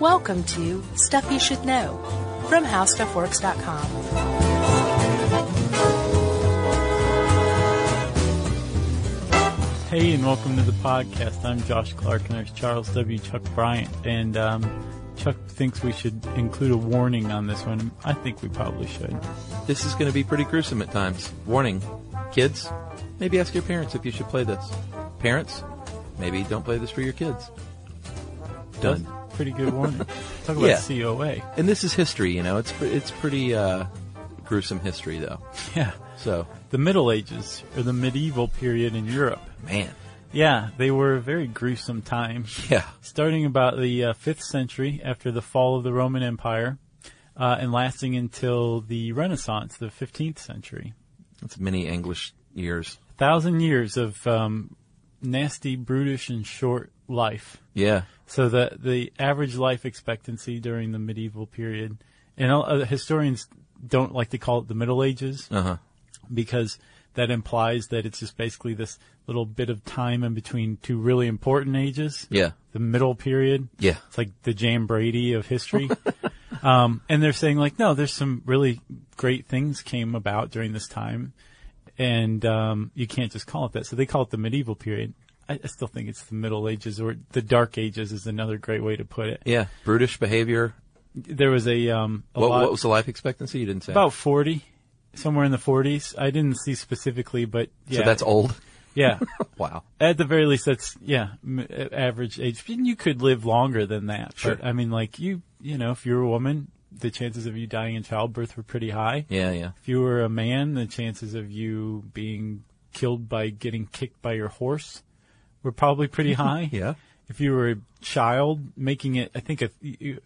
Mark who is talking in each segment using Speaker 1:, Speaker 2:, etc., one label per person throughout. Speaker 1: Welcome to Stuff You Should Know from HowStuffWorks.com.
Speaker 2: Hey, and welcome to the podcast. I'm Josh Clark, and there's Charles W. Chuck Bryant. And um, Chuck thinks we should include a warning on this one. I think we probably should.
Speaker 3: This is going to be pretty gruesome at times. Warning. Kids, maybe ask your parents if you should play this. Parents, maybe don't play this for your kids. Done.
Speaker 2: Pretty good warning. Talk about
Speaker 3: Yeah.
Speaker 2: COA.
Speaker 3: And this is history, you know. It's pre- it's pretty uh, gruesome history, though.
Speaker 2: Yeah.
Speaker 3: So,
Speaker 2: The Middle Ages, or the medieval period in Europe.
Speaker 3: man,
Speaker 2: Yeah, they were a very gruesome time.
Speaker 3: yeah,
Speaker 2: starting about the uh, 5th century after the fall of the Roman Empire uh, and lasting until the Renaissance, the 15th century.
Speaker 3: that's many English years.
Speaker 2: Thousand years of um, nasty, brutish, and short life.
Speaker 3: Yeah,
Speaker 2: So the the average life expectancy during the medieval period, and uh, historians don't like to call it the Middle Ages
Speaker 3: uh huh,
Speaker 2: because that implies that it's just basically this little bit of time in between two really important ages.
Speaker 3: yeah,
Speaker 2: The middle period.
Speaker 3: yeah,
Speaker 2: It's like the Jam Brady of history. um, and they're saying like, no, there's some really great things came about during this time, and um, you can't just call it that. So they call it the medieval period. I, I still think it's the Middle Ages or the Dark Ages is another great way to put it.
Speaker 3: yeah. Brutish behavior.
Speaker 2: There was a, um, a
Speaker 3: What,
Speaker 2: lot,
Speaker 3: what was the life expectancy? You didn't say.
Speaker 2: about forty, somewhere in the forties. I didn't see specifically, but yeah,
Speaker 3: So that's old.
Speaker 2: yeah.
Speaker 3: Wow.
Speaker 2: At the very least, that's yeah, m- a- average age. And You could live longer than that.
Speaker 3: Sure.
Speaker 2: But I mean, like you, you know, if you're a woman, the chances of you dying in childbirth were pretty high.
Speaker 3: Yeah, yeah,
Speaker 2: If you were a man, the chances of you being killed by getting kicked by your horse were probably pretty high.
Speaker 3: yeah.
Speaker 2: If you were a child, making it, I think a, you,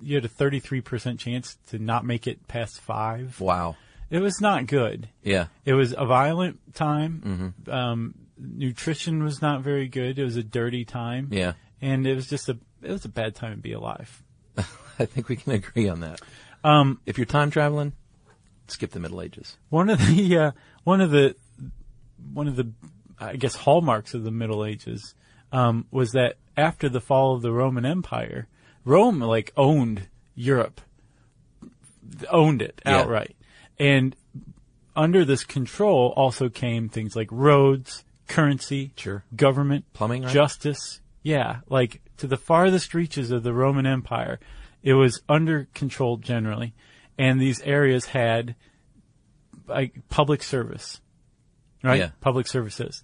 Speaker 2: you had a 33% chance to not make it past five.
Speaker 3: Wow.
Speaker 2: It was not good.
Speaker 3: Yeah,
Speaker 2: It was a violent time.
Speaker 3: Mm-hmm.
Speaker 2: Um, nutrition was not very good. It was a dirty time.
Speaker 3: yeah.
Speaker 2: And it was just a, it was a bad time to be alive.
Speaker 3: I think we can agree on that.
Speaker 2: Um,
Speaker 3: If you're time traveling, skip the Middle Ages.
Speaker 2: one of the, uh, one of the, one of the, I guess, hallmarks of the Middle Ages, um, was that after the fall of the Roman Empire, Rome, like, owned Europe. Owned it
Speaker 3: Yeah.
Speaker 2: outright. And under this control also came things like roads, currency,
Speaker 3: Sure.
Speaker 2: government,
Speaker 3: Plumbing, right?
Speaker 2: justice. Yeah, like to the farthest reaches of the Roman Empire, it was under control generally, and these areas had like public service, right?
Speaker 3: Yeah.
Speaker 2: Public services.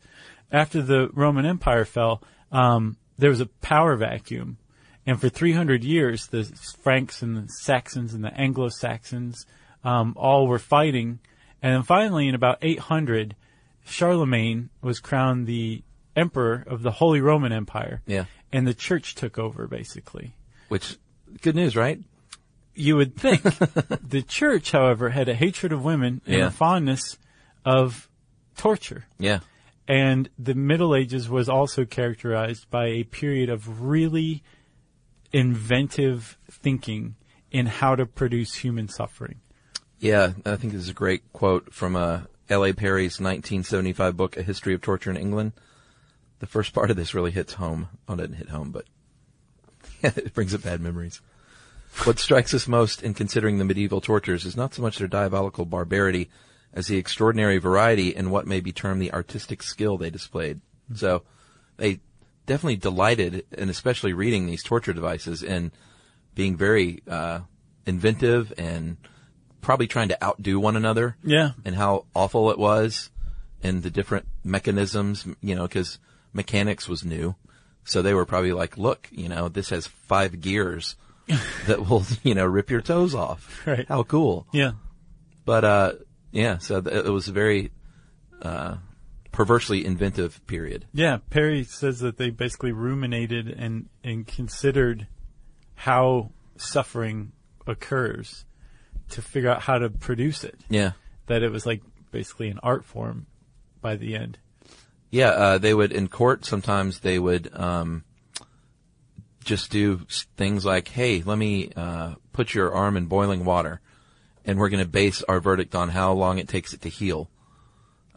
Speaker 2: After the Roman Empire fell, um, there was a power vacuum, and for 300 years, the Franks and the Saxons and the Anglo Saxons um, all were fighting, and then finally, in about 800, Charlemagne was crowned the emperor of the Holy Roman Empire.
Speaker 3: Yeah.
Speaker 2: And the church took over basically.
Speaker 3: Which, good news, right?
Speaker 2: You would think. the church, however, had a hatred of women and
Speaker 3: Yeah.
Speaker 2: a fondness of torture.
Speaker 3: Yeah.
Speaker 2: And the Middle Ages was also characterized by a period of really inventive thinking in how to produce human suffering.
Speaker 3: Yeah, I think this is a great quote from uh, L.A. Perry's 1975 book, A History of Torture in England. The first part of this really hits home. Oh, it didn't hit home, but it brings up bad memories. What strikes us most in considering the medieval tortures is not so much their diabolical barbarity as the extraordinary variety in what may be termed the artistic skill they displayed. So they definitely delighted, and especially reading these torture devices, in being very uh, inventive and probably trying to outdo one another.
Speaker 2: Yeah.
Speaker 3: And how awful it was and the different mechanisms, you know, cause mechanics was new. So they were probably like, look, you know, this has five gears that will, you know, rip your toes off.
Speaker 2: Right.
Speaker 3: How cool.
Speaker 2: Yeah.
Speaker 3: But, uh, yeah, so th- it was a very, uh, perversely inventive period.
Speaker 2: Yeah, Perry says that they basically ruminated and, and considered how suffering occurs to figure out how to produce it.
Speaker 3: Yeah.
Speaker 2: That it was like basically an art form by the end.
Speaker 3: Yeah, uh, they would in court sometimes they would um, just do s- things like, "Hey, let me uh, put your arm in boiling water, and we're going to base our verdict on how long it takes it to heal."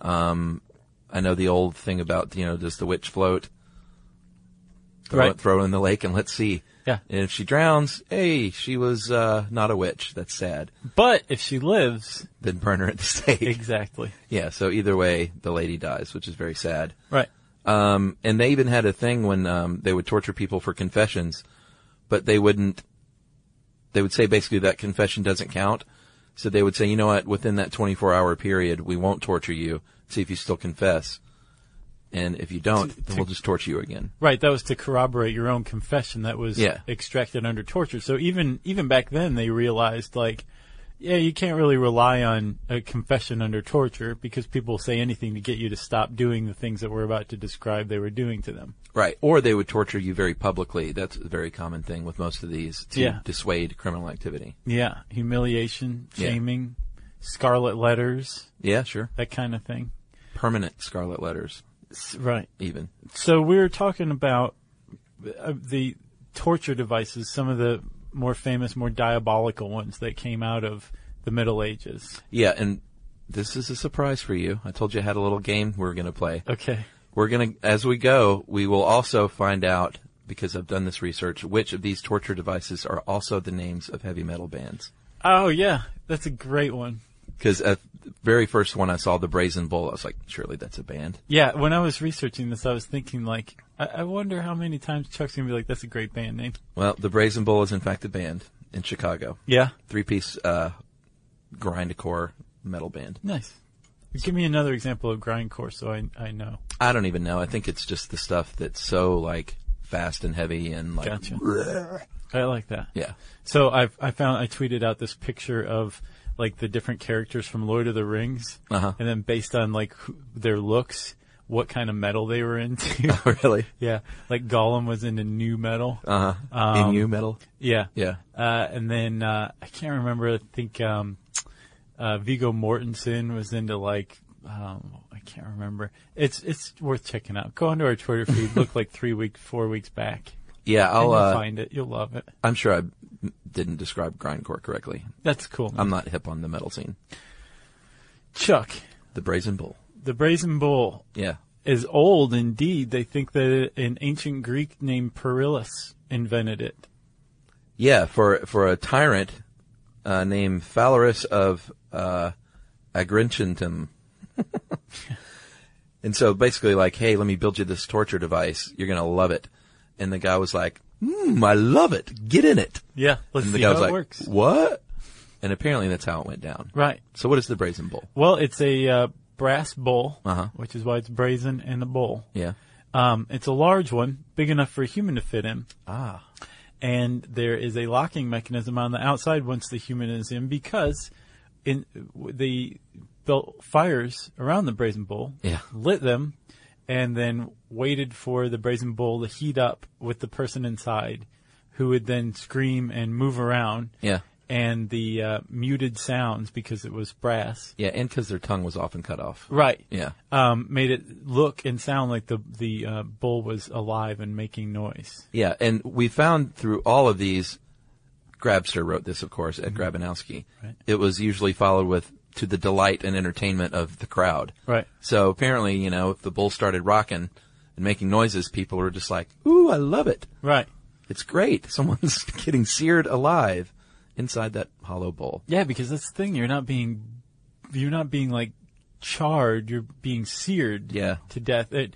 Speaker 3: Um, I know the old thing about you know, does the witch float? Throw
Speaker 2: Right.
Speaker 3: it, throw it in the lake, and let's see.
Speaker 2: Yeah.
Speaker 3: And if she drowns, hey, she was uh, not a witch. That's sad.
Speaker 2: But if she lives,
Speaker 3: Then burn her at the stake.
Speaker 2: exactly.
Speaker 3: Yeah, so either way, the lady dies, which is very sad.
Speaker 2: Right.
Speaker 3: Um, and they even had a thing when um, they would torture people for confessions, but they wouldn't. They would say basically that confession doesn't count. So they would say, you know what? Within that 24 hour period, we won't torture you. See if you still confess. And if you don't, then we'll just torture you again.
Speaker 2: Right, that was to corroborate your own confession that was
Speaker 3: Yeah.
Speaker 2: extracted under torture. So even even back then they realized like yeah, you can't really rely on a confession under torture because people will say anything to get you to stop doing the things that we're about to describe they were doing to them.
Speaker 3: Right. Or they would torture you very publicly. That's a very common thing with most of these to
Speaker 2: Yeah.
Speaker 3: dissuade criminal activity.
Speaker 2: Yeah, humiliation,
Speaker 3: Yeah.
Speaker 2: shaming, scarlet letters,
Speaker 3: Yeah, sure.
Speaker 2: that kind of thing.
Speaker 3: Permanent scarlet letters,
Speaker 2: Right.
Speaker 3: even.
Speaker 2: So we were talking about uh, the torture devices, some of the more famous, more diabolical ones that came out of the Middle Ages.
Speaker 3: Yeah, and this is a surprise for you. I told you I had a little game we were going to play.
Speaker 2: Okay.
Speaker 3: We're going to, as we go, we will also find out, because I've done this research, which of these torture devices are also the names of heavy metal bands.
Speaker 2: Oh yeah, that's a great one.
Speaker 3: Because at the very first one I saw, the Brazen Bull, I was like, surely that's a band.
Speaker 2: Yeah, when I was researching this, I was thinking like, I, I wonder how many times Chuck's gonna be like, "That's a great band name."
Speaker 3: Well, the Brazen Bull is in fact a band in Chicago.
Speaker 2: Yeah,
Speaker 3: Three piece, uh, grindcore metal band.
Speaker 2: nice. Give me another example of grindcore, so I I know.
Speaker 3: I don't even know. I think it's just the stuff that's so like fast and heavy and like,
Speaker 2: Gotcha. I like that.
Speaker 3: yeah.
Speaker 2: So I I found I tweeted out this picture of like the different characters from Lord of the Rings,
Speaker 3: Uh-huh.
Speaker 2: and then based on like who, their looks, what kind of metal they were into.
Speaker 3: really?
Speaker 2: yeah, like Gollum was into new metal.
Speaker 3: Uh huh.
Speaker 2: Um,
Speaker 3: In you metal?
Speaker 2: yeah,
Speaker 3: Yeah.
Speaker 2: Uh, and then uh, I can't remember. I think um, uh, Vigo Mortensen was into like um, I can't remember. It's it's worth checking out. Go onto our Twitter feed. look like three weeks, four weeks back.
Speaker 3: Yeah,
Speaker 2: And
Speaker 3: I'll.
Speaker 2: you'll
Speaker 3: Uh,
Speaker 2: find it. You'll love it.
Speaker 3: I'm sure I m- didn't describe grindcore correctly.
Speaker 2: That's cool.
Speaker 3: I'm not hip on the metal scene.
Speaker 2: Chuck,
Speaker 3: The Brazen Bull.
Speaker 2: the Brazen Bull
Speaker 3: Yeah.
Speaker 2: is old indeed. They think that an ancient Greek named Perillus invented it.
Speaker 3: Yeah, for for a tyrant uh, named Phalaris of uh, Agrigentum. and so basically, like, hey, let me build you this torture device. You're gonna love it. And the guy was like, "Hmm, I love it. Get in it."
Speaker 2: Yeah, let's
Speaker 3: And the
Speaker 2: see
Speaker 3: guy
Speaker 2: how
Speaker 3: was
Speaker 2: it
Speaker 3: like,
Speaker 2: works.
Speaker 3: "What?" And apparently, that's how it went down.
Speaker 2: Right.
Speaker 3: So, what is the Brazen Bull?
Speaker 2: Well, it's a uh, brass bowl,
Speaker 3: Uh-huh.
Speaker 2: which is why it's brazen and a bowl.
Speaker 3: Yeah.
Speaker 2: Um, it's a large one, big enough for a human to fit in,
Speaker 3: Ah.
Speaker 2: and there is a locking mechanism on the outside once the human is in because in they built fires around the brazen bowl,
Speaker 3: Yeah.
Speaker 2: lit them, and then waited for the brazen bowl to heat up with the person inside, who would then scream and move around.
Speaker 3: Yeah.
Speaker 2: And the uh, muted sounds, because it was brass,
Speaker 3: Yeah, and because their tongue was often cut off.
Speaker 2: right?
Speaker 3: Yeah.
Speaker 2: um, made it look and sound like the the uh, bull was alive and making noise.
Speaker 3: Yeah, and we found through all of these, Grabster wrote this, of course, at Grabanowski.
Speaker 2: Right.
Speaker 3: It was usually followed with to the delight and entertainment of the crowd.
Speaker 2: Right.
Speaker 3: So apparently, you know, if the bull started rocking and making noises, people were just like, "Ooh, I love it!
Speaker 2: Right.
Speaker 3: It's great! Someone's getting seared alive inside that hollow bowl."
Speaker 2: Yeah, because that's the thing. You're not being, you're not being like charred. You're being seared.
Speaker 3: Yeah.
Speaker 2: To death. It,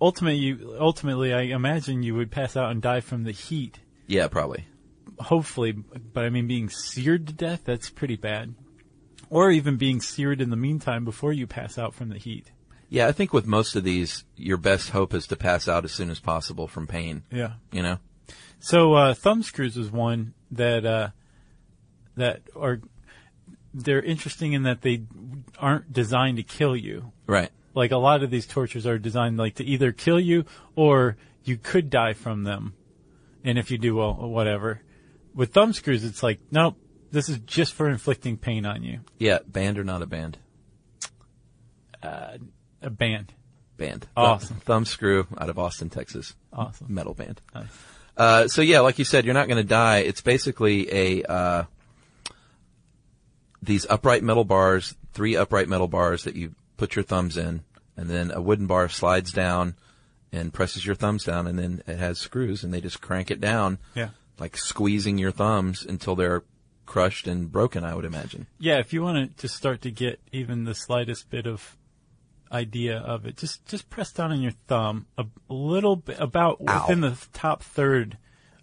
Speaker 2: ultimately, you, ultimately, I imagine you would pass out and die from the heat.
Speaker 3: Yeah, probably.
Speaker 2: Hopefully, but I mean, being seared to death, that's pretty bad. Or even being seared in the meantime before you pass out from the heat.
Speaker 3: Yeah, I think with most of these, your best hope is to pass out as soon as possible from pain.
Speaker 2: Yeah.
Speaker 3: You know.
Speaker 2: So uh, thumb screws is one that uh, that are they're interesting in that they aren't designed to kill you.
Speaker 3: Right.
Speaker 2: Like a lot of these tortures are designed like to either kill you or you could die from them, and if you do, well, whatever. With thumb screws, it's like nope, this is just for inflicting pain on you.
Speaker 3: Yeah, band or not a band.
Speaker 2: A band,
Speaker 3: band.
Speaker 2: Awesome.
Speaker 3: Thumb Screw out of Austin, Texas.
Speaker 2: Awesome.
Speaker 3: Metal band.
Speaker 2: Nice.
Speaker 3: Uh, so yeah, like you said, you're not going to die. It's basically a, uh, these upright metal bars, three upright metal bars that you put your thumbs in, and then a wooden bar slides down and presses your thumbs down, and then it has screws, and they just crank it down
Speaker 2: yeah,
Speaker 3: like squeezing your thumbs until they're crushed and broken, I would imagine.
Speaker 2: Yeah, if you want to just start to get even the slightest bit of idea of it, just just press down on your thumb a little bit, about
Speaker 3: Ow.
Speaker 2: within the top third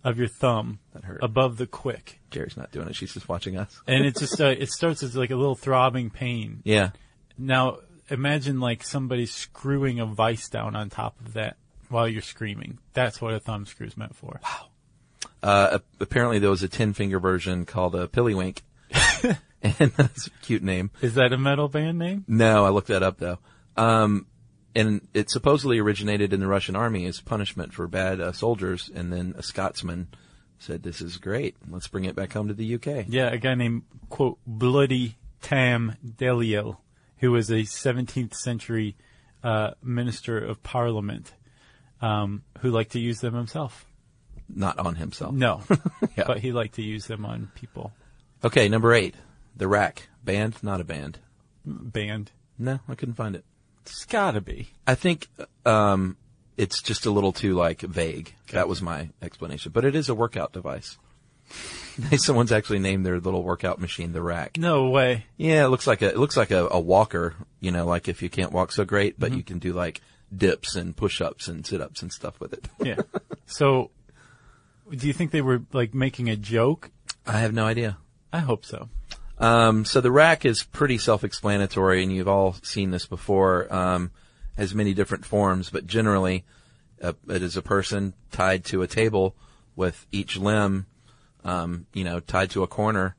Speaker 2: of your thumb,
Speaker 3: That hurt.
Speaker 2: above the quick,
Speaker 3: Jerry's not doing it. She's just watching us.
Speaker 2: and it just uh, it starts as like a little throbbing pain.
Speaker 3: Yeah.
Speaker 2: Now imagine like somebody screwing a vice down on top of that while you're screaming. That's what a thumb screw is meant for.
Speaker 3: Uh, a- apparently there was a 10 finger version called a Pillywink. and that's a cute name.
Speaker 2: Is that a metal band name?
Speaker 3: No, I looked that up though. Um, and it supposedly originated in the Russian army as punishment for bad uh, soldiers. And then a Scotsman said, this is great. Let's bring it back home to the UK.
Speaker 2: Yeah, a guy named quote Bloody Tam Delia, who was a 17th century uh, minister of parliament, um, who liked to use them himself.
Speaker 3: Not on himself.
Speaker 2: No,
Speaker 3: Yeah.
Speaker 2: but he liked to use them on people.
Speaker 3: Okay. Number eight, the rack band, not a band.
Speaker 2: Band,
Speaker 3: No, I couldn't find it.
Speaker 2: it's gotta be.
Speaker 3: I think um, it's just a little too like vague. That was my explanation, but it is a workout device. Someone's actually named their little workout machine the rack.
Speaker 2: No way.
Speaker 3: Yeah, it looks like a it looks like a, a walker. You know, like if you can't walk so great, but you can do like dips and push ups and sit ups and stuff with it.
Speaker 2: Yeah. so, do you think they were like making a joke?
Speaker 3: I have no idea.
Speaker 2: I hope so.
Speaker 3: Um, so the rack is pretty self-explanatory, and you've all seen this before. Um, has many different forms, but generally, uh, it is a person tied to a table with each limb, um, you know, tied to a corner,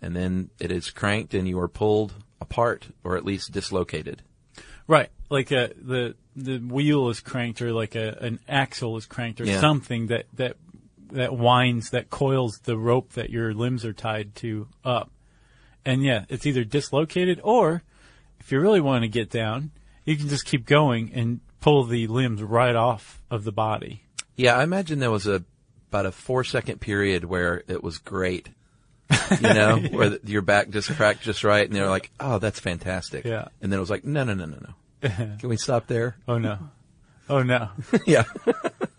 Speaker 3: and then it is cranked, and you are pulled apart or at least dislocated.
Speaker 2: Right, like uh the the wheel is cranked, or like a an axle is cranked, or
Speaker 3: Yeah.
Speaker 2: something that that that winds that coils the rope that your limbs are tied to up. And yeah, it's either dislocated or if you really want to get down, you can just keep going and pull the limbs right off of the body.
Speaker 3: Yeah, I imagine there was a about a four-second period where it was great. You know, where th- your back just cracked just right, and they were like, "Oh, that's fantastic."
Speaker 2: Yeah.
Speaker 3: and then it was like, "No, no, no, no, no." Can we stop there?
Speaker 2: Oh no. Oh no.
Speaker 3: yeah.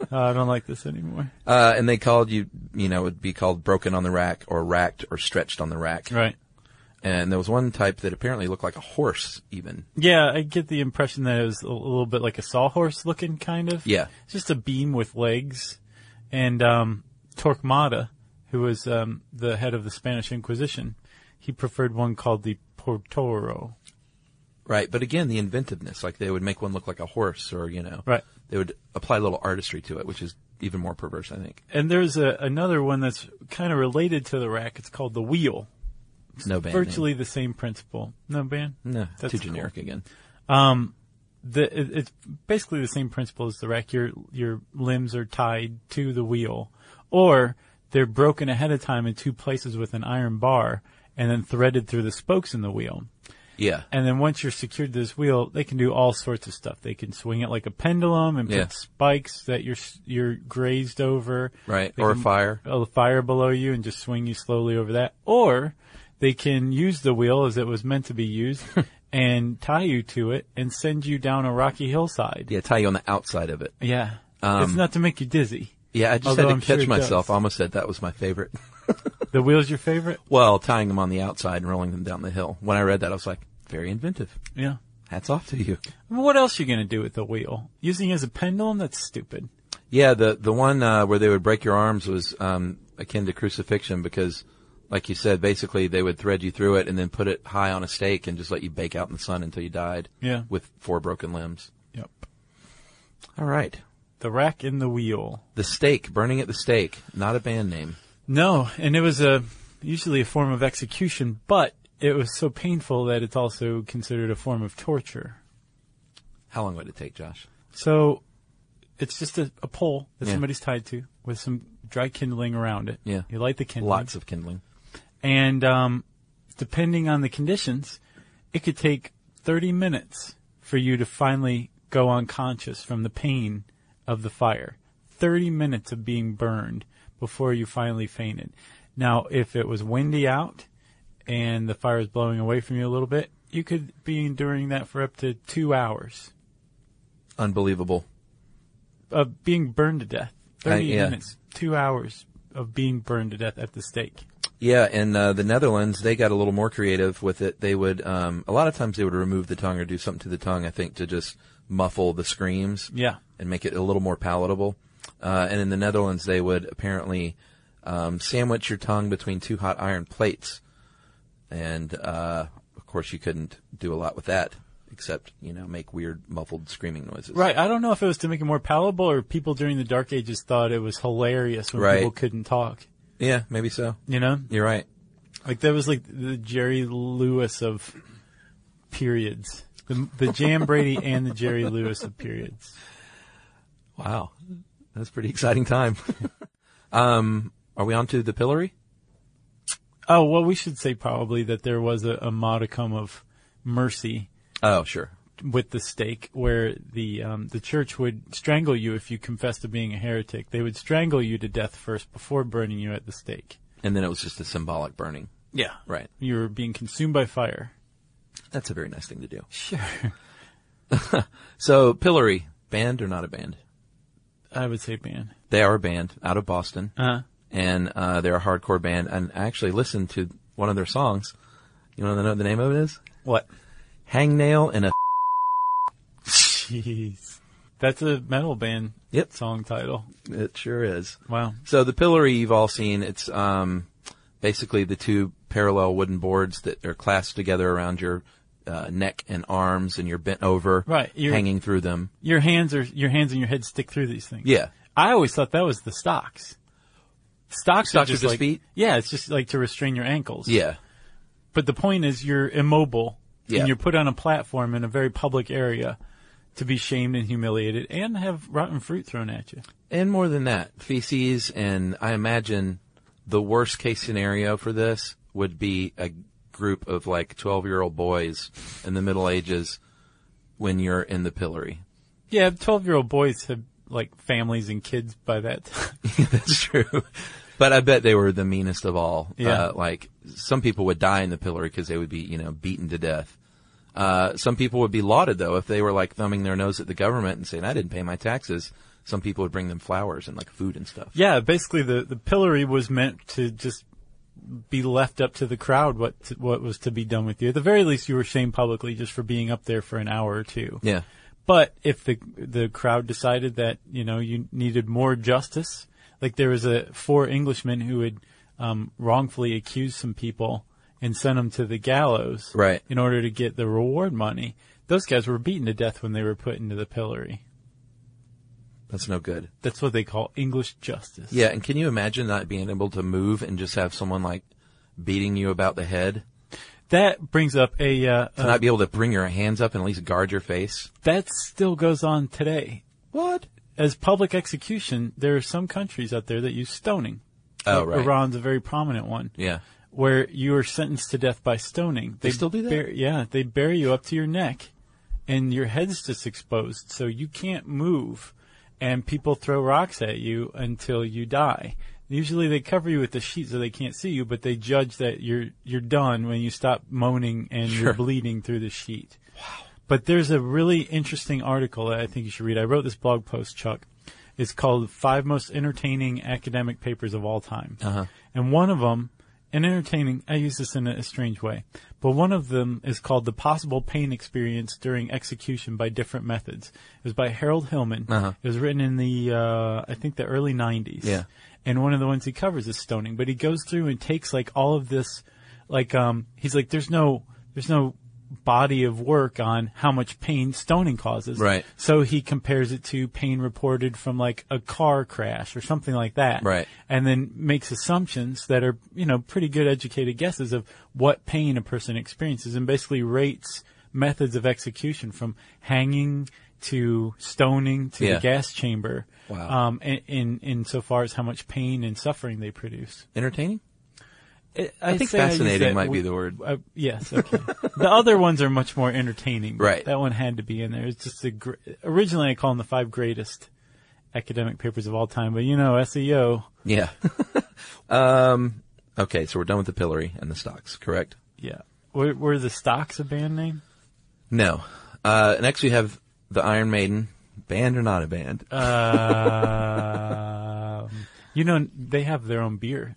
Speaker 2: Oh, I don't like this anymore.
Speaker 3: Uh, and they called you, you know, it would be called broken on the rack or racked or stretched on the rack.
Speaker 2: Right.
Speaker 3: And there was one type that apparently looked like a horse even.
Speaker 2: Yeah, I get the impression that it was a little bit like a sawhorse looking kind of.
Speaker 3: Yeah.
Speaker 2: Just a beam with legs. And um, Torquemada, who was um, the head of the Spanish Inquisition, he preferred one called the Portoro.
Speaker 3: Right. But again, the inventiveness, like they would make one look like a horse or, you know,
Speaker 2: Right.
Speaker 3: they would apply a little artistry to it, which is even more perverse, I think.
Speaker 2: And there's a, another one that's kind of related to the rack. It's called the wheel.
Speaker 3: No band. name.
Speaker 2: Virtually the same principle. No, Ben?
Speaker 3: No,
Speaker 2: That's
Speaker 3: too
Speaker 2: cool.
Speaker 3: generic again.
Speaker 2: the it, it's basically the same principle as the rack. Your your limbs are tied to the wheel, or they're broken ahead of time in two places with an iron bar, and then threaded through the spokes in the wheel.
Speaker 3: Yeah.
Speaker 2: And then once you're secured to this wheel, they can do all sorts of stuff. They can swing it like a pendulum and
Speaker 3: Yeah.
Speaker 2: put spikes that you're s- you're grazed over,
Speaker 3: Right.
Speaker 2: They
Speaker 3: Or a
Speaker 2: can-
Speaker 3: fire.
Speaker 2: a fire below you and just swing you slowly over that, or they can use the wheel as it was meant to be used and tie you to it and send you down a rocky hillside.
Speaker 3: Yeah. Tie you on the outside of it.
Speaker 2: Yeah.
Speaker 3: Um,
Speaker 2: it's not to make you dizzy.
Speaker 3: Yeah. I just
Speaker 2: Although
Speaker 3: had to
Speaker 2: I'm sure
Speaker 3: catch
Speaker 2: it
Speaker 3: myself.
Speaker 2: does.
Speaker 3: I almost said that was my favorite.
Speaker 2: The wheel's your favorite?
Speaker 3: well, tying them on the outside and rolling them down the hill. When I read that, I was like, very inventive.
Speaker 2: Yeah.
Speaker 3: Hats off to you.
Speaker 2: I mean, what else are you going to do with the wheel? Using it as a pendulum? That's stupid.
Speaker 3: Yeah, the the one uh, where they would break your arms was um, akin to crucifixion because, like you said, basically they would thread you through it and then put it high on a stake and just let you bake out in the sun until you died.
Speaker 2: Yeah.
Speaker 3: with four broken limbs.
Speaker 2: Yep.
Speaker 3: All right,
Speaker 2: The rack and the wheel.
Speaker 3: the stake, burning at the stake, not a band name.
Speaker 2: No, and it was a usually a form of execution, but it was so painful that it's also considered a form of torture.
Speaker 3: How long would it take, Josh?
Speaker 2: So it's just a, a pole that
Speaker 3: Yeah.
Speaker 2: somebody's tied to with some dry kindling around it.
Speaker 3: Yeah.
Speaker 2: You light the kindling.
Speaker 3: Lots of kindling.
Speaker 2: And um, depending on the conditions, it could take 30 minutes for you to finally go unconscious from the pain of the fire. 30 minutes of being burned before you finally fainted. Now, if it was windy out and the fire is blowing away from you a little bit, you could be enduring that for up to two hours
Speaker 3: Unbelievable.
Speaker 2: of being burned to death. 30
Speaker 3: Uh, yeah.
Speaker 2: minutes, two hours of being burned to death at the stake.
Speaker 3: Yeah, in uh, the Netherlands, they got a little more creative with it. They would, um, a lot of times, they would remove the tongue or do something to the tongue, I think, to just muffle the screams
Speaker 2: Yeah.
Speaker 3: and make it a little more palatable. Uh, and in the Netherlands, they would apparently um, sandwich your tongue between two hot iron plates. And, uh, of course, you couldn't do a lot with that except, you know, make weird muffled screaming noises.
Speaker 2: Right. I don't know if it was to make it more palatable or people during the Dark Ages thought it was hilarious when
Speaker 3: Right.
Speaker 2: people couldn't talk.
Speaker 3: Yeah, maybe so.
Speaker 2: You know?
Speaker 3: You're right.
Speaker 2: Like that was like the Jerry Lewis of periods. The, the Jam Brady and the Jerry Lewis of periods.
Speaker 3: Wow. That's a pretty exciting time. um, are we on to the pillory?
Speaker 2: Oh, well, we should say probably that there was a, a modicum of mercy
Speaker 3: Oh, sure.
Speaker 2: with the stake where the, um, the church would strangle you if you confessed to being a heretic. They would strangle you to death first before burning you at the stake.
Speaker 3: And then it was just a symbolic burning.
Speaker 2: Yeah.
Speaker 3: Right.
Speaker 2: You were being consumed by fire.
Speaker 3: That's a very nice thing to do.
Speaker 2: Sure.
Speaker 3: So, pillory, band or not a band?
Speaker 2: I would say ban.
Speaker 3: They are a band out of Boston,
Speaker 2: Uh,
Speaker 3: and uh, they're a hardcore band. And I actually listened to one of their songs. You want to know what the name of it is?
Speaker 2: what?
Speaker 3: Hangnail and a.
Speaker 2: Jeez. That's a metal band
Speaker 3: Yep.
Speaker 2: song title.
Speaker 3: It sure is.
Speaker 2: Wow.
Speaker 3: So the pillory you've all seen. It's um, basically the two parallel wooden boards that are clasped together around your uh, neck and arms, and you're bent over,
Speaker 2: Right, you're-
Speaker 3: hanging through them.
Speaker 2: Your hands are your hands and your head stick through these things.
Speaker 3: Yeah.
Speaker 2: I always thought that was the stocks. Stocks,
Speaker 3: Stocks
Speaker 2: are just
Speaker 3: are just
Speaker 2: like
Speaker 3: feet?
Speaker 2: yeah, it's just like to restrain your ankles.
Speaker 3: Yeah.
Speaker 2: But the point is, you're immobile
Speaker 3: Yeah.
Speaker 2: and you're put on a platform in a very public area to be shamed and humiliated and have rotten fruit thrown at you.
Speaker 3: And more than that, feces, and I imagine the worst case scenario for this would be a group of like 12 year old boys in the Middle Ages when you're in the E. pillory.
Speaker 2: Yeah, twelve-year-old boys have like families and kids by that time.
Speaker 3: That's true. But I bet they were the meanest of all.
Speaker 2: Yeah.
Speaker 3: Uh, like some people would die in the pillory because they would be, you know, beaten to death. Uh, some people would be lauded though if they were like thumbing their nose at the government and saying, I didn't pay my taxes. Some people would bring them flowers and like food and stuff.
Speaker 2: yeah, basically the the pillory was meant to just be left up to the crowd what to, what was to be done with you. At the very least, you were shamed publicly just for being up there for an hour or two.
Speaker 3: Yeah.
Speaker 2: But if the the crowd decided that you know you needed more justice, like there was a four Englishmen who had um, wrongfully accused some people and sent them to the gallows,
Speaker 3: Right.
Speaker 2: in order to get the reward money. Those guys were beaten to death when they were put into the pillory.
Speaker 3: That's no good.
Speaker 2: That's what they call English justice.
Speaker 3: Yeah, and can you imagine not being able to move and just have someone like beating you about the head?
Speaker 2: That brings up a, uh,
Speaker 3: To
Speaker 2: uh,
Speaker 3: not be able to bring your hands up and at least guard your face?
Speaker 2: that still goes on today.
Speaker 3: What?
Speaker 2: As public execution, there are some countries out there that use stoning.
Speaker 3: Oh, right.
Speaker 2: Iran's a very prominent one.
Speaker 3: Yeah.
Speaker 2: where you are sentenced to death by stoning.
Speaker 3: They still do that?
Speaker 2: bur- yeah, they bury you up to your neck, and your head's just exposed, so you can't move. And people throw rocks at you until you die. Usually they cover you with a sheet so they can't see you, but they judge that you're you're done when you stop moaning and
Speaker 3: Sure.
Speaker 2: you're bleeding through the sheet. But there's a really interesting article that I think you should read. I wrote this blog post, Chuck. It's called Five Most Entertaining Academic Papers of All Time.
Speaker 3: Uh-huh.
Speaker 2: And one of them, and entertaining, I use this in a strange way, but one of them is called The Possible Pain Experience During Execution by Different Methods. It was by Harold Hillman.
Speaker 3: Uh-huh.
Speaker 2: It was written in the, uh, I think the early 90s.
Speaker 3: Yeah.
Speaker 2: And one of the ones he covers is stoning, but he goes through and takes like all of this, like, um, he's like, there's no, there's no body of work on how much pain stoning causes.
Speaker 3: Right.
Speaker 2: So he compares it to pain reported from like a car crash or something like that.
Speaker 3: Right.
Speaker 2: And then makes assumptions that are, you know, pretty good educated guesses of what pain a person experiences and basically rates methods of execution from hanging to stoning to
Speaker 3: Yeah.
Speaker 2: the gas chamber.
Speaker 3: Wow.
Speaker 2: Um, in, in, insofar as how much pain and suffering they produce.
Speaker 3: Entertaining?
Speaker 2: I,
Speaker 3: I think
Speaker 2: say use
Speaker 3: fascinating
Speaker 2: that
Speaker 3: might be
Speaker 2: w-
Speaker 3: the word.
Speaker 2: Uh, yes. Okay. the other ones are much more entertaining. but
Speaker 3: Right.
Speaker 2: That one had to be in there. It's just a gr- originally I call them the five greatest academic papers of all time, but you know E SEO.
Speaker 3: Yeah. um, okay, so we're done with the pillory and the stocks, correct?
Speaker 2: Yeah. Were, were the stocks a band name?
Speaker 3: No. Uh, next we have
Speaker 2: Uh.
Speaker 3: the Iron Maiden. Band or not a band?
Speaker 2: Um, You know, they have their own beer,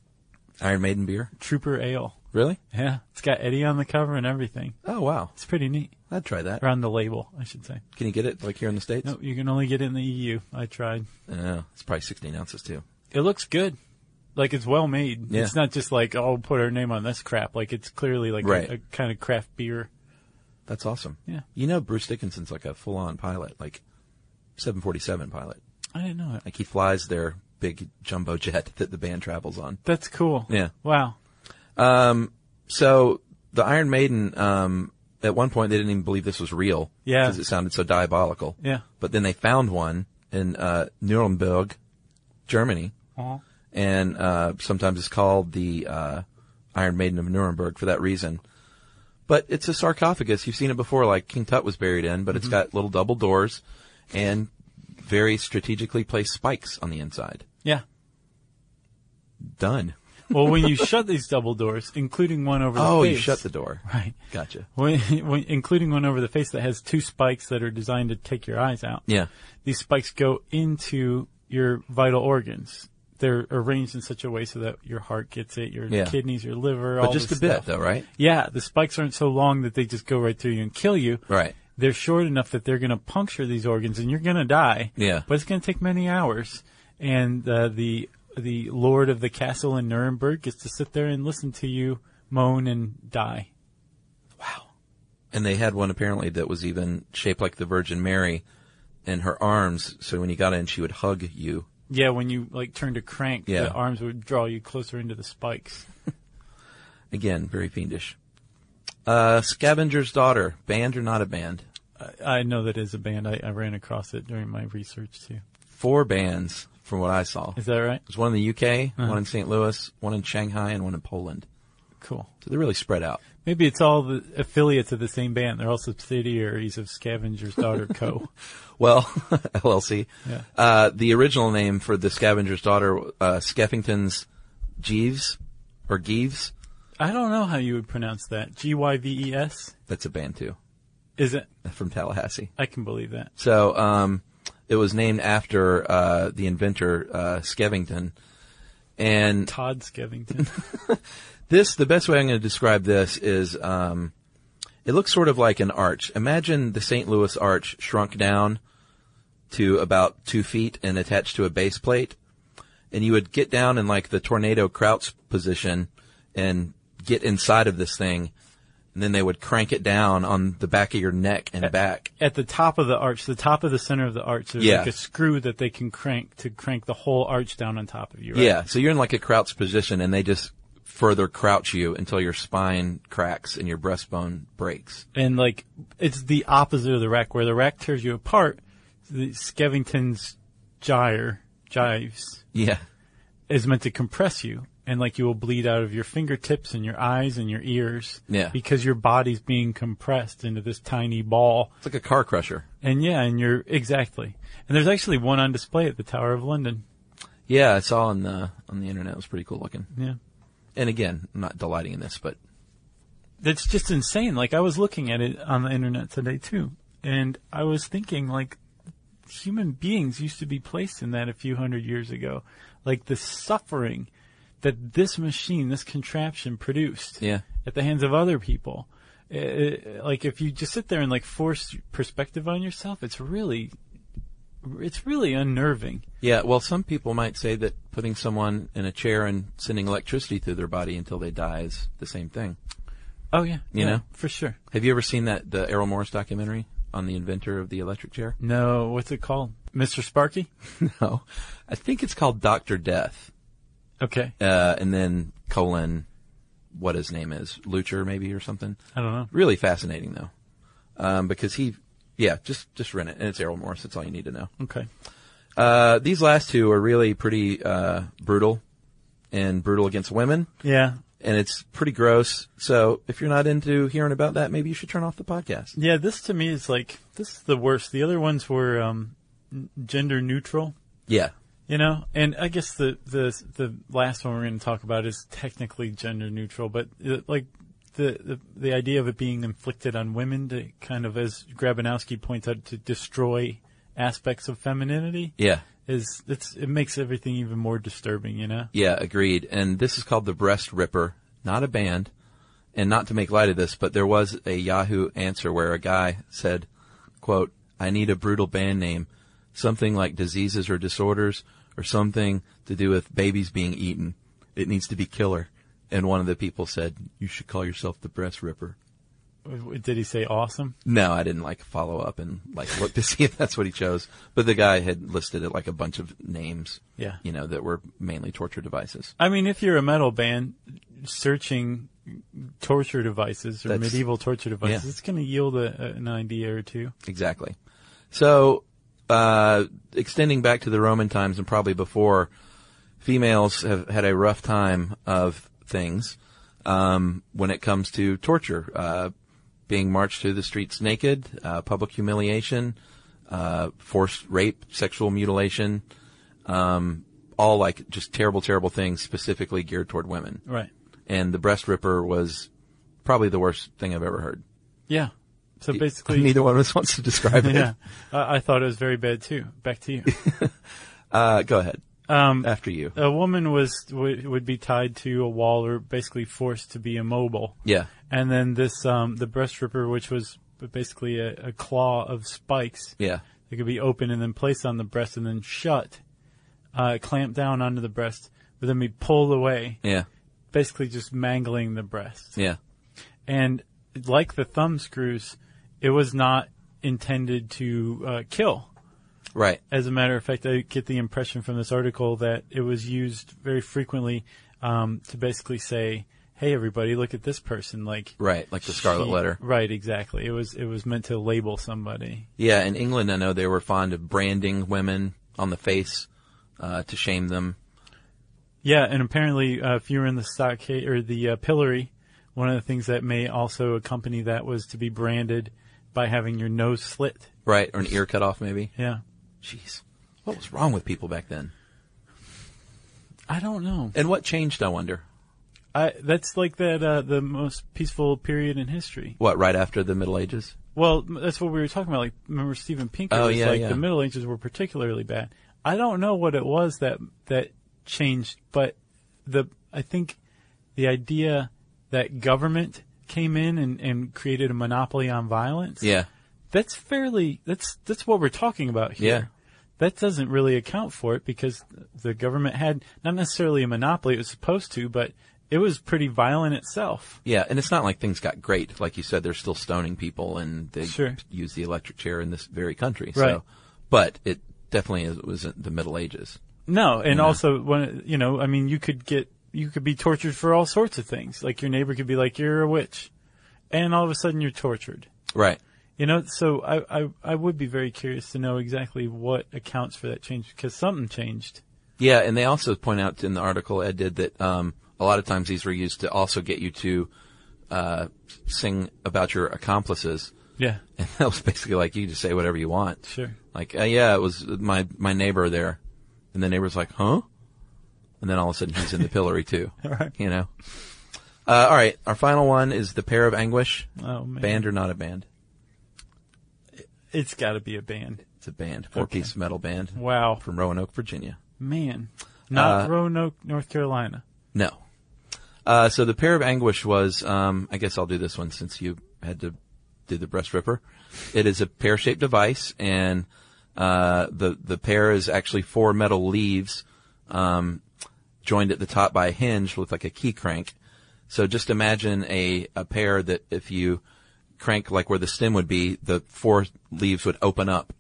Speaker 3: Iron Maiden beer.
Speaker 2: Trooper Ale.
Speaker 3: Really?
Speaker 2: Yeah, it's got Eddie on the cover and everything.
Speaker 3: Oh wow,
Speaker 2: It's pretty neat.
Speaker 3: I'd try that.
Speaker 2: Or on the label, I should say.
Speaker 3: Can you get it like here in the states?
Speaker 2: No, you can only get it in the EU. I tried.
Speaker 3: Yeah, it's probably 16 ounces too.
Speaker 2: It looks good. Like it's well made.
Speaker 3: Yeah.
Speaker 2: It's not just like, oh, put our name on this crap. Like it's clearly like
Speaker 3: Right.
Speaker 2: a, a kind of craft beer.
Speaker 3: That's awesome.
Speaker 2: Yeah.
Speaker 3: You know, Bruce Dickinson's like a full-on pilot, like 747 pilot.
Speaker 2: I didn't know that.
Speaker 3: Like he flies their big jumbo jet that the band travels on.
Speaker 2: That's cool.
Speaker 3: Yeah.
Speaker 2: Wow.
Speaker 3: So the Iron Maiden, um, at one point they didn't even believe this was real.
Speaker 2: Yeah.
Speaker 3: Because it sounded so diabolical.
Speaker 2: Yeah.
Speaker 3: But then they found one in, uh, Nuremberg, Germany.
Speaker 2: Uh-huh.
Speaker 3: and uh, sometimes it's called the uh, Iron Maiden of Nuremberg for that reason. But it's a sarcophagus. You've seen it before, like King Tut was buried in, but it's
Speaker 2: Mm-hmm.
Speaker 3: got little double doors and very strategically placed spikes on the inside.
Speaker 2: Yeah.
Speaker 3: Done.
Speaker 2: Well, when you shut these double doors, including one over the
Speaker 3: Oh,
Speaker 2: face.
Speaker 3: you shut the door.
Speaker 2: Right.
Speaker 3: Gotcha.
Speaker 2: When, when, including one over the face that has two spikes that are designed to take your eyes out.
Speaker 3: Yeah.
Speaker 2: These spikes go into your vital organs. They're arranged in such a way so that your heart gets it, your
Speaker 3: Yeah.
Speaker 2: kidneys, your liver,
Speaker 3: But
Speaker 2: all
Speaker 3: just a
Speaker 2: this
Speaker 3: bit,
Speaker 2: stuff.
Speaker 3: though, right?
Speaker 2: Yeah, the spikes aren't so long that they just go right through you and kill you.
Speaker 3: Right.
Speaker 2: They're short enough that they're going to puncture these organs and you're going to die.
Speaker 3: Yeah.
Speaker 2: But it's going to take many hours. And uh, the the lord of the castle in Nuremberg gets to sit there and listen to you moan and die.
Speaker 3: And they had one apparently that was even shaped like the Virgin Mary in her arms. So when you got in, she would hug you.
Speaker 2: Yeah, when you like turned a crank,
Speaker 3: Yeah.
Speaker 2: the arms would draw you closer into the spikes.
Speaker 3: Again, very fiendish. Uh, Scavenger's Daughter, band or not a band?
Speaker 2: I know that is a band. I, I ran across it during my research too.
Speaker 3: four bands from what I saw.
Speaker 2: Is that right?
Speaker 3: There's one in the UK,
Speaker 2: Uh-huh.
Speaker 3: one in St. Louis, one in Shanghai, and one in Poland.
Speaker 2: Cool.
Speaker 3: So they're really spread out.
Speaker 2: Maybe it's all the affiliates of the same band. They're all subsidiaries of Scavenger's Daughter Co.
Speaker 3: Well, LLC.
Speaker 2: Yeah.
Speaker 3: Uh, the original name for the Scavenger's Daughter, uh, Skeffington's Jeeves or Geeves.
Speaker 2: I don't know how you would pronounce that. G Y V E S?
Speaker 3: That's a band too
Speaker 2: Is it?
Speaker 3: from Tallahassee.
Speaker 2: I can believe that.
Speaker 3: So um, it was named after uh, the inventor uh, Skeffington, and
Speaker 2: Todd Skevington.
Speaker 3: This, the best way I'm going to describe this is, um, it looks sort of like an arch. Imagine the St. Louis arch shrunk down to about two feet and attached to a base plate. And you would get down in like the tornado crouch position and get inside of this thing. And then they would crank it down on the back of your neck and back.
Speaker 2: At the top of the arch, the top of the center of the arch, there's
Speaker 3: Yeah.
Speaker 2: like a screw that they can crank to crank the whole arch down on top of you, right?
Speaker 3: Yeah. So you're in like a crouch position and they just further crouch you until your spine cracks and your breastbone breaks.
Speaker 2: and like it's the opposite of the rack where the rack tears you apart the skevington's gyre jives
Speaker 3: Yeah.
Speaker 2: is meant to compress you and like you will bleed out of your fingertips and your eyes and your ears
Speaker 3: Yeah.
Speaker 2: because your body's being compressed into this tiny ball
Speaker 3: It's like a car crusher.
Speaker 2: and yeah and you're exactly and there's actually one on display at the tower of london
Speaker 3: Yeah, I saw on the on the internet. It was pretty cool looking.
Speaker 2: yeah
Speaker 3: And again, I'm not delighting in this, but
Speaker 2: that's just insane. Like I was looking at it on the internet today too, and I was thinking like human beings used to be placed in that a few hundred years ago. Like the suffering that this machine, this contraption produced
Speaker 3: Yeah.
Speaker 2: at the hands of other people. Eh, eh, like if you just sit there and like force perspective on yourself, it's really, it's really unnerving.
Speaker 3: yeah. Well, some people might say that putting someone in a chair and sending electricity through their body until they die is the same thing.
Speaker 2: Oh yeah, yeah,
Speaker 3: You know?
Speaker 2: for sure.
Speaker 3: Have you ever seen that the Errol Morris documentary on the inventor of the electric chair?
Speaker 2: No, what's it called, Mr. Sparky?
Speaker 3: No, I think it's called Doctor Death,
Speaker 2: Okay,
Speaker 3: uh, and then colon, what his name is, Lucher maybe or something.
Speaker 2: I don't know.
Speaker 3: Really fascinating though, um, because he, yeah, just just rent it, and it's Errol Morris. That's all you need to know.
Speaker 2: Okay,
Speaker 3: Uh, these last two are really pretty uh, brutal and brutal against women,
Speaker 2: yeah,
Speaker 3: and it's pretty gross. So if you're not into hearing about that, maybe you should turn off the podcast.
Speaker 2: Yeah, this to me is like this is the worst. The other ones were um, n- gender neutral,
Speaker 3: Yeah,
Speaker 2: you know. And I guess the the the last one we're going to talk about is technically gender neutral, but uh, like the, the the idea of it being inflicted on women to kind of, as Grabanowski points out, to destroy aspects of femininity
Speaker 3: yeah,
Speaker 2: is it's it makes everything even more disturbing, you know.
Speaker 3: Yeah, agreed. And this is called the Breast Ripper, not a band. And not to make light of this, but there was a Yahoo answer where a guy said, quote, I need a brutal band name, something like diseases or disorders or something to do with babies being eaten. It needs to be killer. And one of the people said, you should call yourself the Breast Ripper.
Speaker 2: W- Did he say awesome?
Speaker 3: No, I didn't like follow up and like look to see if that's what he chose. But the guy had listed it like a bunch of names.
Speaker 2: Yeah.
Speaker 3: You know, that were mainly torture devices.
Speaker 2: I mean, if you're a metal band searching torture devices or
Speaker 3: That's-
Speaker 2: medieval torture devices,
Speaker 3: yeah.
Speaker 2: it's going to yield a, a, an idea or two.
Speaker 3: Exactly. So, uh, extending back to the Roman times and probably before, females have had a rough time of things um, when it comes to torture, uh, being marched through the streets naked, uh, public humiliation, uh, forced rape, sexual mutilation, um, all like just terrible, terrible things specifically geared toward women.
Speaker 2: Right.
Speaker 3: And the breast ripper was probably the worst thing I've ever heard.
Speaker 2: Yeah. So basically,
Speaker 3: Neither one of us wants to describe it.
Speaker 2: yeah, I, I thought it was very bad too. Back to you.
Speaker 3: Uh, go ahead.
Speaker 2: Um,
Speaker 3: After you.
Speaker 2: a woman was would, would be tied to a wall or basically forced to be immobile.
Speaker 3: Yeah.
Speaker 2: And then this, um, the breast ripper, which was basically a, a claw of spikes
Speaker 3: Yeah.
Speaker 2: that could be opened and then placed on the breast and then shut, uh, clamped down onto the breast, but then be pulled away,
Speaker 3: Yeah.
Speaker 2: basically just mangling the breast.
Speaker 3: Yeah.
Speaker 2: And like the thumb screws, it was not intended to uh, kill.
Speaker 3: Right.
Speaker 2: As a matter of fact, I get the impression from this article that it was used very frequently um, to basically say, "Hey, everybody, look at this person!" Like
Speaker 3: Right. Like the Scarlet
Speaker 2: she-
Speaker 3: Letter.
Speaker 2: Right, exactly. It was it was meant to label somebody.
Speaker 3: Yeah. In England, I know they were fond of branding women on the face, uh, to shame them.
Speaker 2: Yeah, and apparently, uh, if you were in the stockade or the uh, pillory, one of the things that may also accompany that was to be branded by having your nose slit.
Speaker 3: Right. Or an ear cut off, maybe.
Speaker 2: Yeah,
Speaker 3: Jeez. What was wrong with people back then?
Speaker 2: I don't know.
Speaker 3: And what changed, I wonder?
Speaker 2: I, that's like that uh, the most peaceful period in history.
Speaker 3: What, right after the Middle Ages?
Speaker 2: Well, m- that's what we were talking about. Like, remember Steven Pinker?
Speaker 3: Oh,
Speaker 2: was
Speaker 3: yeah,
Speaker 2: like
Speaker 3: yeah.
Speaker 2: the Middle Ages were particularly bad. I don't know what it was that that changed, but the I think the idea that government came in and, and created a monopoly on violence.
Speaker 3: Yeah.
Speaker 2: that's fairly that's that's what we're talking about here.
Speaker 3: Yeah.
Speaker 2: That doesn't really account for it because the government had not necessarily a monopoly. It was supposed to, but it was pretty violent itself.
Speaker 3: Yeah. And it's not like things got great. Like you said, they're still stoning people and they
Speaker 2: Sure.
Speaker 3: use the electric chair in this very country.
Speaker 2: Right.
Speaker 3: So, but it definitely is, was in the Middle Ages.
Speaker 2: No, and also when you know, I mean, you could get you could be tortured for all sorts of things. Like your neighbor could be like, "You're a witch," and all of a sudden you're tortured.
Speaker 3: Right.
Speaker 2: You know, so I I, I would be very curious to know exactly what accounts for that change because something changed.
Speaker 3: Yeah, and they also point out in the article Ed did that um, a lot of times these were used to also get you to uh, sing about your accomplices,
Speaker 2: Yeah,
Speaker 3: and that was basically like you just say whatever you want.
Speaker 2: sure.
Speaker 3: Like, uh, yeah, it was my my neighbor there, and the neighbor's like, huh? And then all of a sudden he's in the pillory too.
Speaker 2: Right.
Speaker 3: You know. Uh, all right, our final one is the pair of anguish.
Speaker 2: Oh man,
Speaker 3: Band or not a band?
Speaker 2: It's got to be a band.
Speaker 3: It's a band, four piece metal band
Speaker 2: Wow,
Speaker 3: from Roanoke, Virginia.
Speaker 2: man, not
Speaker 3: Uh,
Speaker 2: Roanoke, North Carolina.
Speaker 3: No. Uh, so the pair of anguish was, um, I guess I'll do this one since you had to do the breast ripper. It is a pear-shaped device, and uh, the the pear is actually four metal leaves um, joined at the top by a hinge with like a key crank. So just imagine a a pear that if you crank like where the stem would be, the four leaves would open up,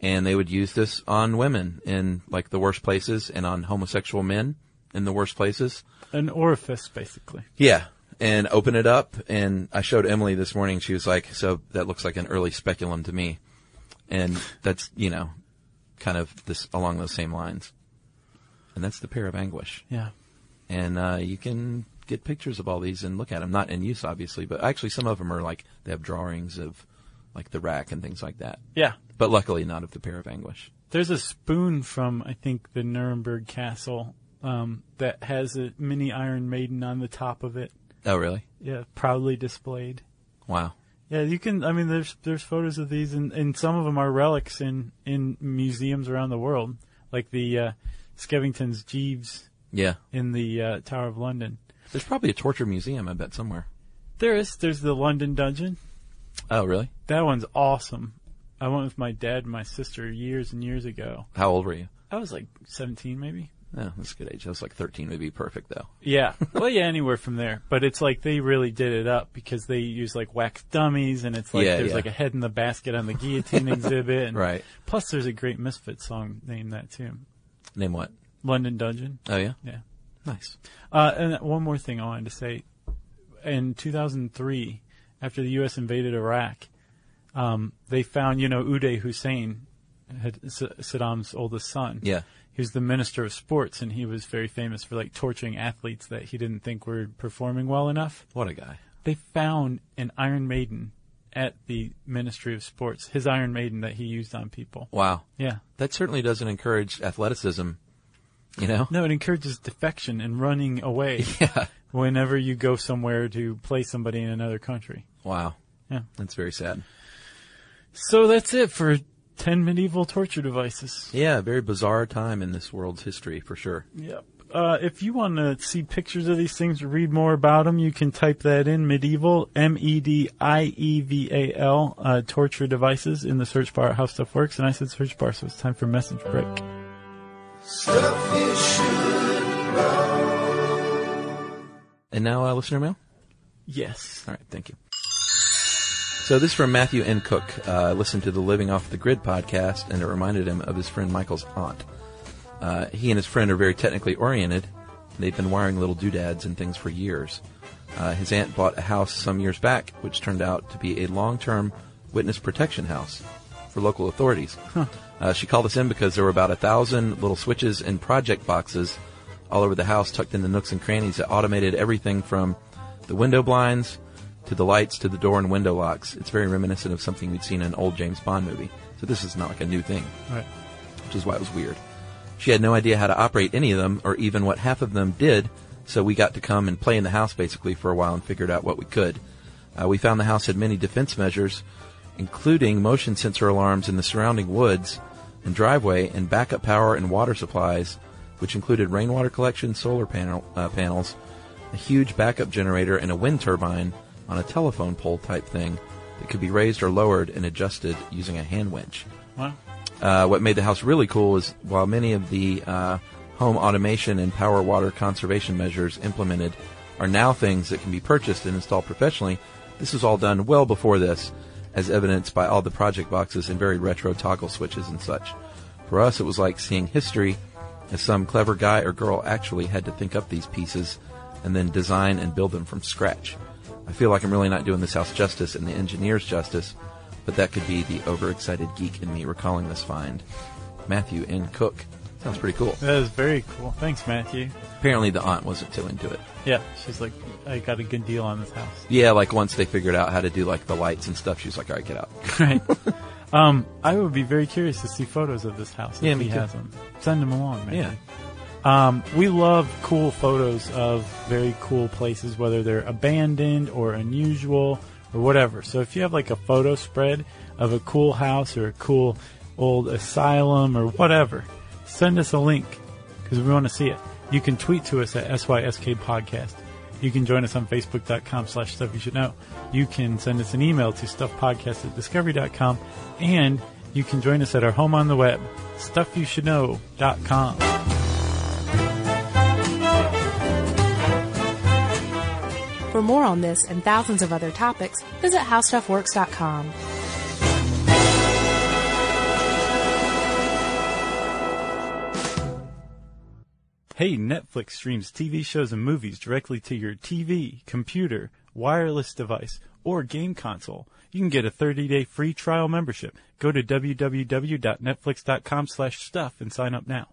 Speaker 3: and they would use this on women in like the worst places, and on homosexual men in the worst places.
Speaker 2: An orifice, basically.
Speaker 3: Yeah. And open it up. And I showed Emily this morning. She was like, so that looks like an early speculum to me. And that's, you know, kind of this along those same lines. And that's the pair of anguish.
Speaker 2: Yeah.
Speaker 3: And, uh, you can get pictures of all these and look at them. Not in use, obviously, but actually some of them are like, they have drawings of like the rack and things like that.
Speaker 2: Yeah.
Speaker 3: But luckily not of the pair of anguish.
Speaker 2: There's a spoon from I think the Nuremberg Castle um, that has a mini Iron Maiden on the top of it.
Speaker 3: Oh, really?
Speaker 2: Yeah, proudly displayed.
Speaker 3: Wow.
Speaker 2: Yeah, you can. I mean, there's there's photos of these, and, and some of them are relics in in museums around the world. like the uh, Skevington's Jeeves
Speaker 3: Yeah.
Speaker 2: in the uh, Tower of London.
Speaker 3: There's probably a torture museum, I bet, somewhere.
Speaker 2: There is. There's the London Dungeon.
Speaker 3: Oh, really?
Speaker 2: That one's awesome. I went with my dad and my sister years and years ago.
Speaker 3: How old were you?
Speaker 2: I was like 17 maybe.
Speaker 3: Oh, that's a good age. I was like 13 would be perfect, though.
Speaker 2: Yeah. well, yeah, anywhere from there. But it's like they really did it up because they use like wax dummies and it's like
Speaker 3: Yeah,
Speaker 2: there's
Speaker 3: yeah.
Speaker 2: like a head in the basket on the guillotine exhibit. And
Speaker 3: Right.
Speaker 2: Plus there's a great Misfit song named that too.
Speaker 3: Name what?
Speaker 2: London Dungeon.
Speaker 3: Oh, yeah?
Speaker 2: Yeah.
Speaker 3: Nice.
Speaker 2: Uh, and one more thing I wanted to say. In 2003, after the U.S. invaded Iraq, um, they found, you know, Uday Hussein, had S- Saddam's oldest son.
Speaker 3: Yeah.
Speaker 2: He was the minister of sports, and he was very famous for like torturing athletes that he didn't think were performing well enough.
Speaker 3: What a guy.
Speaker 2: They found an Iron Maiden at the Ministry of Sports, his Iron Maiden that he used on people.
Speaker 3: Wow.
Speaker 2: Yeah.
Speaker 3: That certainly doesn't encourage athleticism, you know?
Speaker 2: No, it encourages defection and running away.
Speaker 3: Yeah.
Speaker 2: whenever you go somewhere to play somebody in another country.
Speaker 3: Wow.
Speaker 2: Yeah.
Speaker 3: That's very sad.
Speaker 2: So that's it for 10 medieval torture devices.
Speaker 3: Yeah, very bizarre time in this world's history, for sure.
Speaker 2: Yep. Uh, if you want to see pictures of these things or read more about them, you can type that in medieval, E M-E-D-I-E-V-A-L, uh, torture devices in the search bar at How Stuff Works. And I said search bar, so it's time for message break.
Speaker 4: Stuff you should know.
Speaker 3: And now, uh, listener mail?
Speaker 2: Yes.
Speaker 3: All right, thank you. So this is from Matthew N. Cook. Uh, listened to the Living Off the Grid podcast, and it reminded him of his friend Michael's aunt. Uh, he and his friend are very technically oriented. They've been wiring little doodads and things for years. Uh, his aunt bought a house some years back, which turned out to be a long-term witness protection house for local authorities. Uh, she called us in because there were about a thousand little switches and project boxes all over the house, tucked into nooks and crannies that automated everything from the window blinds to the lights to the door and window locks. It's very reminiscent of something we'd seen in an old James Bond movie. So this is not like a new thing
Speaker 2: All right.
Speaker 3: which is why it was weird. She had no idea how to operate any of them or even what half of them did, so we got to come and play in the house basically for a while and figured out what we could. Uh, we found the house had many defense measures, including motion sensor alarms in the surrounding woods and driveway and backup power and water supplies, which included rainwater collection, solar panel, uh, panels, a huge backup generator and a wind turbine on a telephone pole type thing that could be raised or lowered and adjusted using a hand winch.
Speaker 2: Wow.
Speaker 3: Uh, what made the house really cool is while many of the uh, home automation and power water conservation measures implemented are now things that can be purchased and installed professionally, this was all done well before this, as evidenced by all the project boxes and very retro toggle switches and such. For us, it was like seeing history as some clever guy or girl actually had to think up these pieces and then design and build them from scratch. I feel like I'm really not doing this house justice and the engineers justice, but that could be the overexcited geek in me recalling this find. Matthew N. Cook. Sounds pretty cool.
Speaker 2: That is very cool. Thanks, Matthew.
Speaker 3: Apparently the aunt wasn't too into it.
Speaker 2: Yeah. She's like, I got a good deal on this house.
Speaker 3: Yeah, like once they figured out how to do like the lights and stuff, she was like, alright, get out.
Speaker 2: Right. um, I would be very curious to see photos of this house.
Speaker 3: Yeah,
Speaker 2: if
Speaker 3: me
Speaker 2: he
Speaker 3: too.
Speaker 2: has them. Send them along, man.
Speaker 3: Yeah.
Speaker 2: Um, we love cool photos of very cool places, whether they're abandoned or unusual or whatever. So if you have like a photo spread of a cool house or a cool old asylum or whatever, send us a link because we want to see it. You can tweet to us at SYSK Podcast. You can join us on Facebook.com slash Stuff You Should Know. You can send us an email to StuffPodcast at Discovery.com. And you can join us at our home on the web, StuffYouShouldKnow.com.
Speaker 1: For more on this and thousands of other topics, visit howstuffworks.com.
Speaker 2: Hey, Netflix streams TV shows and movies directly to your TV, computer, wireless device, or game console. You can get a 30-day free trial membership. Go to www.netflix.com/stuff and sign up now.